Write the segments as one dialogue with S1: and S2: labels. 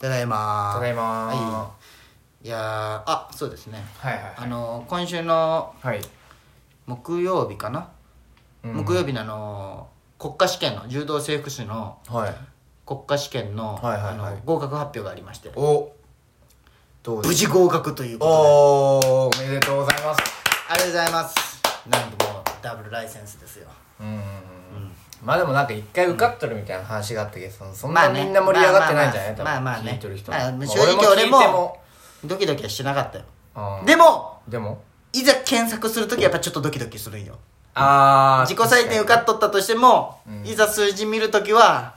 S1: ただいま
S2: ただいま
S1: ははいやーあそうですね
S2: はいはい
S1: あの今週の
S2: はい、
S1: 木曜日かな、木曜日のあの国家試験の柔道整復師の
S2: はい
S1: 国家試験の,、
S2: はいはいはい
S1: あの合格発表がありまして
S2: おどうで
S1: 無
S2: す
S1: 事合格という
S2: お
S1: ことで
S2: おおめでとうございます
S1: ありがとうございますなんともうダブルライセンスですよ
S2: うんまあでもなんか一回受かっとるみたいな話があったけどそのそん
S1: ま
S2: な
S1: あね
S2: みんな盛り上がってないんじゃない
S1: まあまあまあまあ
S2: 多
S1: ね
S2: 分聞いとる人
S1: まあ
S2: も
S1: 正直
S2: 俺も聞いても
S1: ドキドキはしなかったよ
S2: うん
S1: でも
S2: でも
S1: いざ検索するときやっぱちょっとドキドキするんよ
S2: ああ
S1: 自己採点受かっとったとしても、
S2: うん
S1: いざ数字見るときは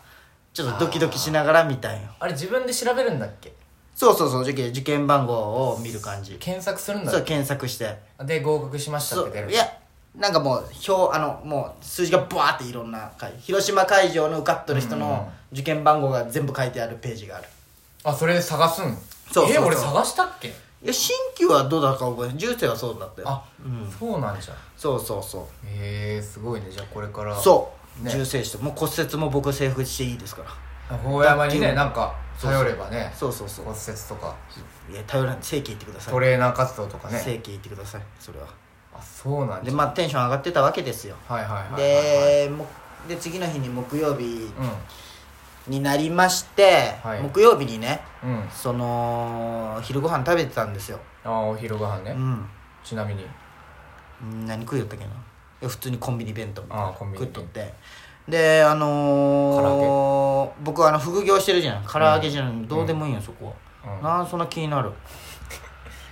S1: ちょっとドキドキしながら見たいよ
S2: あれ自分で調べるんだっけ
S1: そうそうそう受験受験番号を見る感じ
S2: 検索するんだ
S1: そう
S2: っ
S1: 検索して
S2: けで合格しました
S1: そ
S2: って出
S1: う
S2: る
S1: いやなんかもう表あのもう数字がブワーっていろんな回広島会場の受かっとる人の受験番号が全部書いてあるページがある
S2: あそれで探すん
S1: そうそうそう
S2: え俺探したっけ
S1: いや新旧はどうだったか覚えない重生はそうだったよ
S2: あ、そうなんじゃ
S1: そうそうそ
S2: へえすごいねじゃあこれから
S1: うそう、
S2: ね
S1: 重生してもう骨折も僕制服していいですから
S2: 法山に
S1: 卓球
S2: ね
S1: も
S2: なんか頼ればね
S1: そうそうそう
S2: 骨折とか
S1: いや頼らない正規言ってください
S2: トレーナー活動とか
S1: 正
S2: ね
S1: 規言ってくださいそれは
S2: あそうなん
S1: で
S2: じゃ
S1: まあテンション上がってたわけですよ
S2: はいはいはいはい
S1: でもで次の日に木曜日
S2: う
S1: になりまして、
S2: はい
S1: 木曜日にね
S2: んうん
S1: その昼ご飯食べてたんですよ
S2: あーお昼ご飯
S1: う
S2: ね
S1: ん
S2: ちなみに
S1: 何食いよったっけないや普通にコンビニ弁当みたい
S2: あ
S1: な
S2: ーコンビニ
S1: 食っとってであ
S2: 唐
S1: のー、僕あの副業してるじゃん唐揚げじゃん、どうでもいいよそこは、
S2: うん
S1: なんそんな気に なる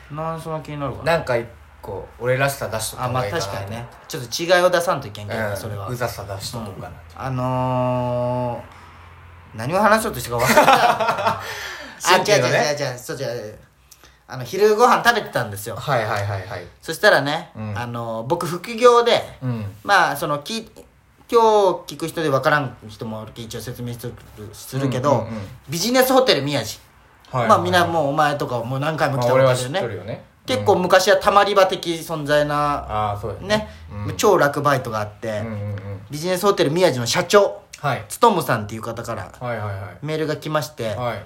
S1: なんそんな気になるかな
S2: なんか一個俺らしさ出しとった
S1: あ
S2: 方
S1: まあ
S2: がいいかな
S1: 確かにねちょっと違いを出さんといけんけどね、
S2: うん
S1: それは
S2: うざさ出しとこうかな
S1: あのー、何を話そうとしたか分 からんな
S2: 神
S1: い。あ、
S2: 経の
S1: 違う
S2: ね
S1: 違う違う違う、そう違う。あの、昼ご飯食べてたんですよ。
S2: はいはいはいはい
S1: そしたらね、
S2: うん
S1: あのー僕副業で、
S2: うん
S1: まあ、その、き今日聞く人で分からん人もおるけ一応説明するするけど、
S2: うんうんうん
S1: ビジネスホテル宮地。
S2: はい
S1: まあ、みんな
S2: う
S1: もうお前とかもう何回も来た
S2: 俺は
S1: だ
S2: 知っとるよね
S1: 結構昔はたまり場的存在な、
S2: ああそうだよ
S1: ね、
S2: うん
S1: 超楽バイトがあって、
S2: うんうんうん
S1: ビジネスホテル宮地の社長、
S2: はい
S1: つとむさんっていう方から
S2: はいはいは
S1: メールが来まして
S2: い、はい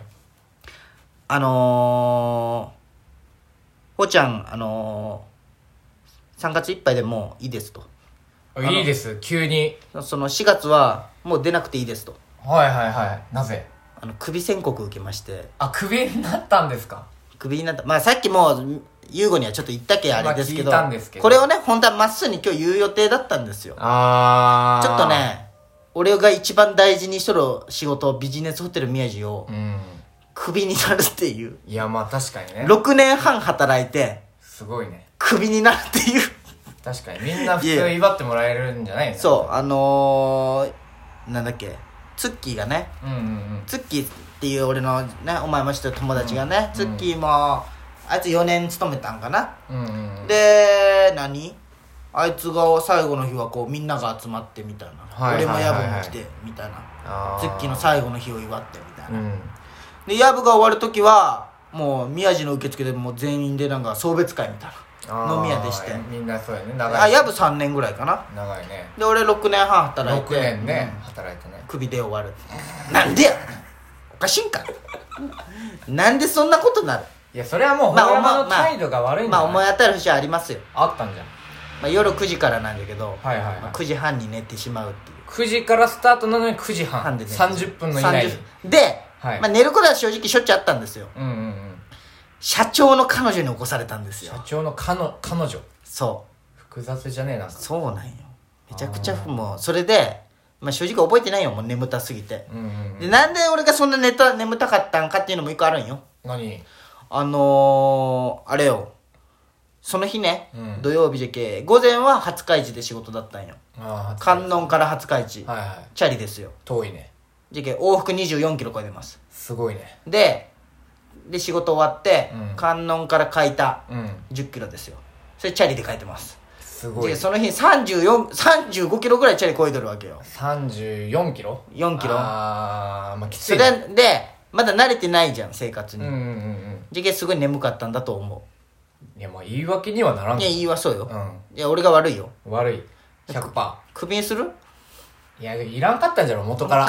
S1: あのー、ほちゃん、あのー、3月いっぱいでもういいですと。
S2: あいいです急に
S1: その4月はもう出なくていいですと。
S2: はいはいはいなぜ
S1: あの、首宣告受けまして、
S2: あクビになったんですか
S1: 首になった。まあさっきもう、優吾にはちょっと言ったけあれですけど、
S2: まあ聞いたんですけど
S1: これをね、本当はまっすぐに今日言う予定だったんですよ。
S2: ああ
S1: ちょっとね、俺が一番大事にしとる仕事、ビジネスホテル宮地を
S2: うん
S1: 首になるっていう。
S2: いやまあ確かにね
S1: 6年半働いて、
S2: すごいね
S1: クビになるっていう
S2: 確かにみんな普
S1: いや
S2: 通威張ってもらえるんじゃないの
S1: そうあのー、なんだっけツッキーがね
S2: うんうんうん
S1: ツッキーっていう俺のねお前も知ってる友達がね、ツッキーもあいつ4年勤めたんかな、
S2: うんうんうん
S1: で何あいつが最後の日はこうみんなが集まってみたいな、
S2: はいはいはいはい
S1: 俺もヤブも来てみたいな
S2: あ
S1: ツッキーの最後の日を祝ってみたいな、
S2: うん
S1: でヤブが終わる時はもう宮地の受付でもう全員でなんか送別会みたい
S2: あ
S1: な
S2: ー
S1: 飲み屋でして
S2: みんなそうやね
S1: あ
S2: 長い
S1: ヤブ3年ぐらいかな
S2: 長いね
S1: で俺6年半働いて
S2: 6年ね働いてね
S1: 首で終わるなんでやおかしいんかなんでそんなことなる
S2: いやそれはもう
S1: まあ
S2: 大
S1: おま
S2: 山の態度が悪いんじ
S1: ま
S2: ゃ
S1: あ
S2: ない
S1: 思い当たる節はありますよ、
S2: あったんじゃん
S1: まあ、夜9時からなんだけど、
S2: はいはい
S1: ま
S2: は
S1: あ、
S2: い
S1: 9時半に寝てしまうっていう
S2: 9時からスタートなのに9時半
S1: 半で寝て
S2: 30分の以内に
S1: 30分で、
S2: はい
S1: まあ、寝ることは正直しょっちゅうあったんですよ
S2: うんうんうん
S1: 社長の彼女に起こされたんですよ
S2: 社長の彼女彼女
S1: そ
S2: 複雑じゃねえなん
S1: う
S2: か
S1: そうなんよめちゃくちゃもうそれで、まあ、正直覚えてないよもう眠たすぎて、
S2: うんうん
S1: でなんで俺がそんな寝た眠たかったんかっていうのも一個あるんよ
S2: 何
S1: あのー、あれよ。その日ね、
S2: うん
S1: 土曜日じゃけ、午前は廿日市で仕事だったんよ。
S2: ああ
S1: 観音から廿日市。
S2: はいはい
S1: チャリですよ。
S2: 遠いね
S1: じゃけ、往復24キロ超えてます。
S2: すごいね
S1: で、で、仕事終わって、
S2: うん
S1: 観音から書いた
S2: うん
S1: 10キロですよ。それチャリで書いてます。
S2: す
S1: じ
S2: ご
S1: ゃ
S2: い
S1: けその日34、35キロぐらいチャリ超えとるわけよ。
S2: 34キロ
S1: 4キロ。
S2: あーまあきつ
S1: そ
S2: いね
S1: れで、まだ慣れてないじゃん、生活
S2: うん
S1: に。
S2: うんうんうん
S1: じゃけ、すごい眠かったんだと思
S2: いやまあ言い訳にはなら
S1: う。
S2: ん
S1: いや、言いはそう
S2: う
S1: よ。
S2: ん
S1: いや、俺が悪いよ。
S2: 悪い100%
S1: クビにする
S2: いやいらんかったんじゃろ元から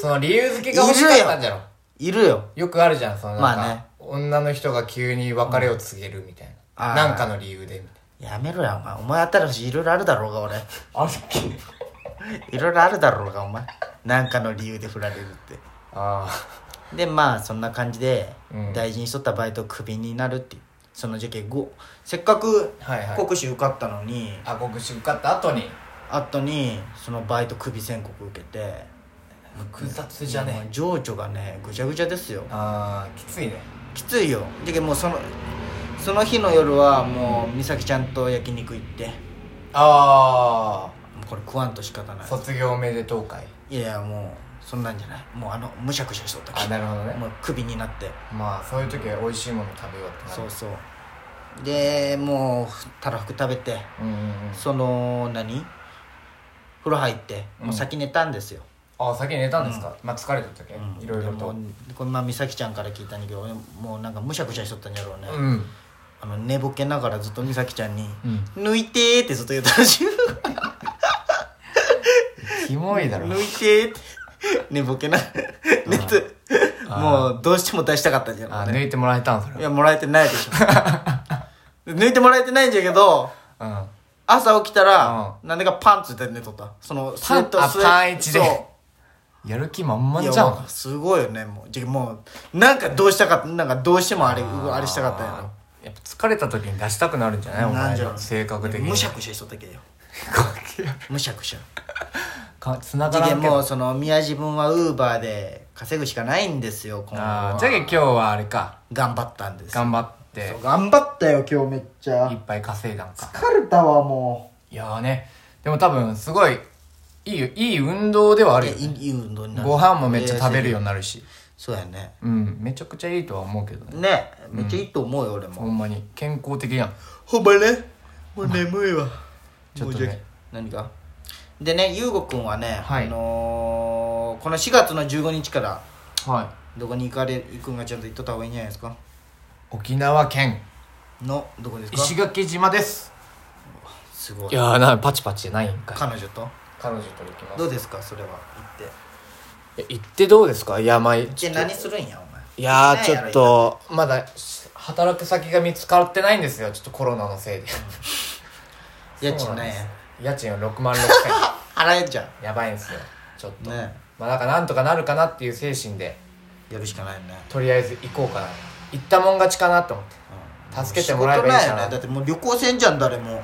S2: その理由付けが欲しかったんじゃろ
S1: いるよ
S2: よくあるじゃんそのなんか、
S1: まあね
S2: 女の人が急に別れを告げるみたいな、
S1: あー
S2: なんかの理由でみたい
S1: やめろやお前お前新しいいろいろあるだろうが俺
S2: なあっけ
S1: いろいろあるだろうがお前なんかの理由で振られるって
S2: あ
S1: でまあそんな感じで
S2: うん
S1: 大事にしとったバイトクビになるっていうその受験後せっかく
S2: あはいはい
S1: 国試受かったのに、
S2: あ僕受かった後に
S1: 後にそのバイトクビ宣告受けて
S2: 複雑じゃね
S1: もう情緒がねぐちゃぐちゃですよ
S2: あーきついね
S1: きついよじゃけもうそのその日の夜はもう美咲ちゃんと焼肉行っても
S2: あ
S1: うこれ食わんと仕方な
S2: あ
S1: い
S2: 卒業おめでとう会
S1: いやいやもうそんなんじゃないもうあのむしゃくしゃしとった
S2: あ
S1: き
S2: なるほどね
S1: もうクビになって
S2: まあそういう時は美味しいもの食べようってなる
S1: そうそうでもうたらふく食べて
S2: うんうんうん
S1: その何風呂入ってもう先寝たんですよ、
S2: あ先に寝たんですか、まあ疲れとったけ、
S1: うん
S2: いろいろと
S1: でもこれまあ美咲ちゃんから聞いたんだけど俺もうなんかむしゃくしゃしとったんやろうね、
S2: うん
S1: あの寝ぼけながらずっと美咲ちゃんに
S2: うん
S1: 「抜いて」ってずっと言ったら しい
S2: キモいだろ
S1: 抜いて」って 寝ぼけな 寝てもうどうしても出したかったんじゃ
S2: あ
S1: ない、
S2: 抜いてもらえたんそ
S1: い
S2: れ
S1: やもらえてないでしょ抜いてもらえてないんじゃけど
S2: うん
S1: 朝起きたら、なんでかパンツで寝とったそのスウェット
S2: あ
S1: スウェット
S2: パン一で
S1: そう
S2: やる気満々
S1: いや
S2: じゃ
S1: も
S2: ん
S1: うすごいよねもうじゃもうなんかどうしたかったなんかどうしてもあれ
S2: ー
S1: あれしたかったんや
S2: やっぱ疲れた時に出したくなるんじゃない
S1: ろ
S2: お
S1: なん
S2: 前
S1: じゃろ
S2: の性格的に
S1: むし ゃくしゃしとったけどよむしゃくしゃ
S2: か繋が
S1: じゃ
S2: ら
S1: け
S2: んけ
S1: もう
S2: ど
S1: その宮地分はウーバーで稼ぐしかないんですよ今後
S2: あ
S1: は
S2: ーじゃけ今日はあれか
S1: 頑張ったんですよ
S2: 頑張って
S1: そう頑張ったよ今日めっち
S2: いっ
S1: ゃ
S2: ぱい稼いだんか
S1: 疲れたわも
S2: いやーねでも多分すごいいいよいい運動ではあ
S1: うい
S2: る
S1: や
S2: よ
S1: いいいい運動になる
S2: ご飯もめっちゃ食べるようになるし
S1: そうやね
S2: うんめちゃくちゃいいとは思うけどね
S1: ねめっちゃいいと思うよ俺
S2: ほ
S1: も
S2: んまに健康的やん
S1: ほんまねもう眠いわ
S2: ちょ
S1: も
S2: っと
S1: うじゃ
S2: ね
S1: 何かでね優吾くんはね、
S2: はい
S1: あのーこの4月の15日から
S2: は
S1: どこに行かれ行くんがちゃんと行っとった方がいいんじゃないですか
S2: い沖縄県
S1: のどこですか
S2: 石垣島です
S1: すごい
S2: いやーなパチパチじゃないんかい
S1: 彼女と
S2: 彼女と行きま
S1: どうですかそれは行って
S2: いや行ってどうですかいやまあい
S1: じゃあ何するんやお前
S2: やー
S1: 行
S2: ち
S1: てな
S2: ょ
S1: いやろ
S2: っとまだ働く先が見つかってないんですよちょっとコロナのせいで
S1: 家賃
S2: そうなんです
S1: ね
S2: 家賃は6万6000
S1: 払えんじゃん
S2: 円やばいんですよちょっと、
S1: ね
S2: まあなんかなんとかなるかなっていう精神で
S1: やるしかないね、
S2: とりあえず行こうかな行ったもん勝ちかなと思って
S1: うん
S2: 助けてもらえばいい
S1: 仕
S2: じ
S1: 事
S2: ゃ
S1: な
S2: な
S1: よ
S2: い
S1: ねだってもう旅行せんじゃん誰も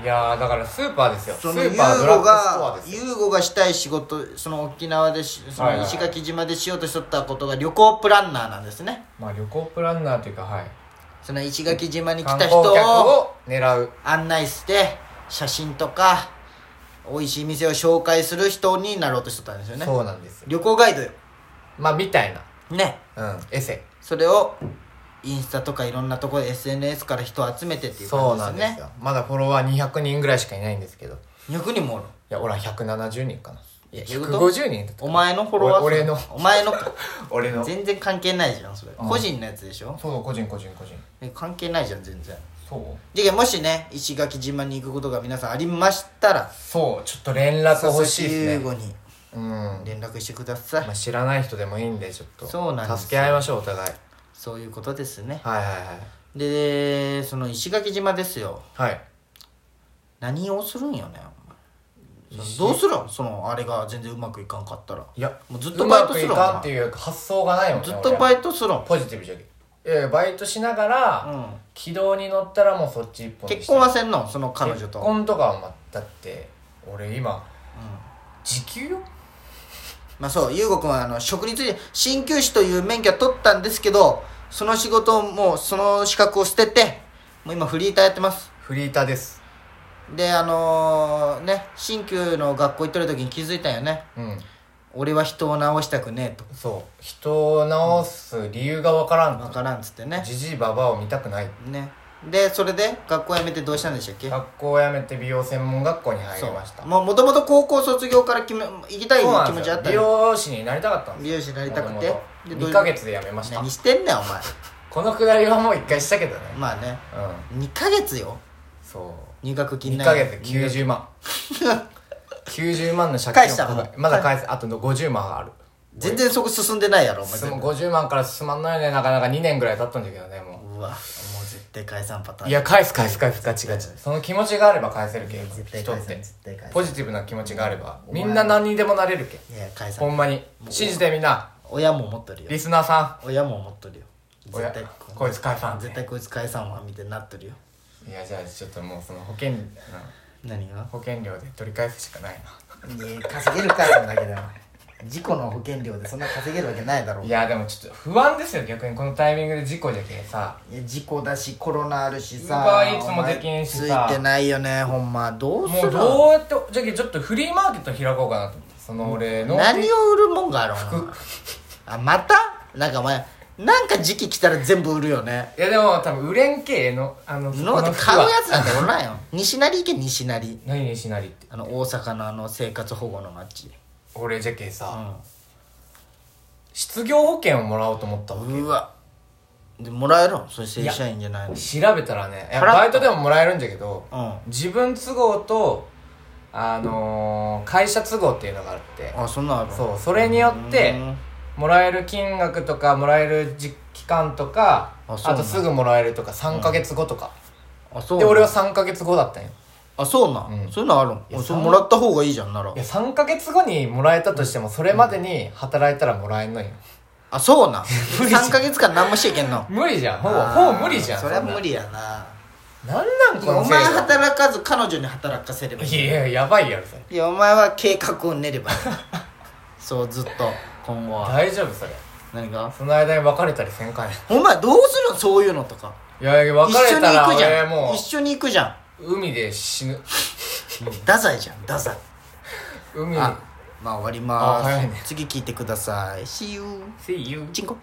S2: いやーだからスーパーですよス
S1: そのユ
S2: ー
S1: ー
S2: パードラッ
S1: ゴ
S2: グストア
S1: が
S2: です
S1: ユーゴがしたい仕事その沖縄でしそ
S2: はい
S1: の
S2: はい
S1: 石垣島でしようとしとったことが旅行プランナーなんですね
S2: まあ旅行プランナーというかはい
S1: その石垣島に来
S2: 観
S1: た
S2: 光
S1: 人
S2: 客
S1: を
S2: を狙う
S1: 案内して写真とか美味しい店を紹介する人になろうとしとったんですよね
S2: そうなんですよ
S1: 旅行ガイドよ
S2: まあみたいな
S1: ね
S2: うんエセ
S1: それをインスタとかいろんなところで SNS から人を集めてっていう
S2: そう
S1: 感じです
S2: な
S1: ね
S2: んですよまだフォロワー200人ぐらいしかいないんですけどい
S1: 200人もおる
S2: や俺は170人かないや
S1: どういうこと
S2: 150人だった
S1: お前のフォロワー数
S2: お俺の
S1: お前のか
S2: 俺の
S1: 全然関係ないじゃんそれ
S2: うん
S1: 個人のやつでしょ
S2: そう個人個人個人
S1: え関係ないじゃん全然
S2: そう
S1: じゃあもしね石垣島に行くことが皆さんありましたら
S2: そうちょっと連絡欲しいで
S1: 優
S2: すね
S1: 吾に
S2: うん、ま
S1: 連絡してください、
S2: あ、知らない人でもいいんでちょっと
S1: そうなんですよ
S2: 助け合いましょうお互い
S1: そういうことですね
S2: はいはい
S1: でその石垣島ですよ
S2: はいはい
S1: 何をするんよねお前そのどうするんそのあれが全然うまくいかんかったら
S2: いや
S1: もうずっとバイトする
S2: うまくいかんっていう発想がないもんね
S1: ずっとバ
S2: イ
S1: イトするん、
S2: ポジティブじゃけいやいやバイトしながら、
S1: う
S2: 軌道に乗ったらもうそっち一
S1: ん、
S2: 本に
S1: 結
S2: して
S1: 婚はせんのその彼女
S2: 結
S1: と、
S2: 婚とかはまあだって俺今時給よ
S1: まあそう優吾君はあの職について鍼灸師という免許は取ったんですけどその仕事をもうその資格を捨ててもう今フリーターやってます
S2: フリーターです
S1: であのーね鍼灸の学校行ってる時に気づいたんよね
S2: うん
S1: 俺は人を治したくねえと
S2: そう人を直す理由がわからん
S1: 分
S2: と
S1: からんっつってね
S2: じじいばばあを見たくない
S1: ねでそれで学校辞めてどうしたんでしたっけ
S2: 学校を辞めて美容専門学校に入りました
S1: もうもともと高校卒業から決め行きたい
S2: そうな
S1: 気
S2: ん
S1: 持
S2: です
S1: ちあ
S2: よ
S1: った
S2: 美
S1: よ
S2: 容師になりたかったんです
S1: 美容師になりたくて
S2: もと
S1: で
S2: も
S1: ど
S2: と
S1: うい
S2: 2
S1: う
S2: ヶ月で辞めました
S1: 何してんねんお前
S2: このくだりはもう1回したけどね
S1: まあね
S2: うん
S1: 2ヶ月よ
S2: そ
S1: 入学
S2: う
S1: 金
S2: 2
S1: ない
S2: ヶ月で90万90万の借金を
S1: 返したの
S2: まだ返すあとの50万ある
S1: 全然そこ進んでないやろお前
S2: 進
S1: 全
S2: む
S1: 部
S2: 50万から進まんないねなかなか2年ぐらい経ったんだけどねも
S1: うわもう絶対解散パター
S2: う
S1: ン
S2: いや返す返す返すガチガチその気持ちがあれば返せるけ
S1: 絶対
S2: 人
S1: 返
S2: っ
S1: せ
S2: て
S1: 絶対返せ
S2: ポジティブな気持ちがあれば
S1: お
S2: み
S1: 前
S2: んな何にでもなれるけ
S1: いや解
S2: ほ
S1: 散
S2: んまに信じてみんな
S1: 親も思っとるよ
S2: リスナーさ
S1: 親も思っとるよ
S2: 親
S1: 絶対
S2: こいつ解散
S1: 絶対こいつ解散はみたいになっとるよ
S2: んいやじゃあちょっともうその保険うん
S1: 何が
S2: 保険料で取り返すしかないない
S1: や稼げるかそんだけど事故の保険料でそんな稼げるわけないだろう
S2: いやでもちょっと不安ですよ逆にこのタイミングで事故じゃけえさ
S1: いや事故だしコロナあるしさ
S2: Uber Eats もできんし
S1: お
S2: さ
S1: 前ついてないよねほんまどうす
S2: もう
S1: る
S2: どうやってじゃけちょっとフリーマーケット開こうかなと思ってその俺の
S1: 何を売るもんがあるのあまたなんかお前なんか時期来たら全部売るよね
S2: いやでも多分売れん系のあのそ
S1: の
S2: こ
S1: って
S2: の
S1: 買うやつなん
S2: だ
S1: ておらんよ西成行け西成
S2: 何にしなりって
S1: あの大阪のあの生活保護の街
S2: 俺じゃけさ、
S1: う
S2: 失業保険をもらおうと思ったわ
S1: んうわでもらえるのそれ正社員じゃないの
S2: 調べたらねい
S1: 払
S2: や
S1: った
S2: バイトでももらえるんじゃけど
S1: う
S2: 自分都合とあのー会社都合っていうのがあって
S1: んあそんなんある
S2: そうそれによって
S1: うん
S2: もらえる金額とかもらえる時期間とか
S1: あ
S2: あ
S1: そうなん
S2: とすぐもらえるとか3ヶ月後とか、
S1: あそう
S2: で
S1: なん
S2: 俺は3ヶ月後だったんよ
S1: あそうなん、
S2: うん
S1: そういうのあるん
S2: いや
S1: あそれ
S2: そん
S1: もらった方がいいじゃんなら
S2: いや3ヶ月後にもらえたとしてもそれまでに働いたらもらえんのよ
S1: あそうなん3ヶ月間何もしちゃいけんの
S2: 無理じゃんほぼ
S1: あ
S2: ほ
S1: ー
S2: ぼ無理じゃん
S1: それは無
S2: 理
S1: 理やな
S2: なんなん
S1: い
S2: こ
S1: や
S2: の
S1: お前
S2: 制度
S1: 働かず彼女に働かせればいい
S2: いやいややばいやろそれ
S1: いやお前は計画を練れ ばいいそうずっと今後は
S2: 大丈夫それ
S1: 何が
S2: その間に別れたりせんかい
S1: お前どうするのそういうのとか
S2: いやいや
S1: 一
S2: 別
S1: 緒
S2: れ
S1: に
S2: た
S1: 行
S2: ら
S1: くじ
S2: 俺
S1: ゃん
S2: も
S1: 一緒に行くじゃん
S2: う海で死ぬ
S1: 太宰じゃん太宰
S2: 海
S1: あまあ終わりま
S2: あ早い
S1: ー
S2: ね
S1: す次聞いてください See you
S2: See you
S1: チンコ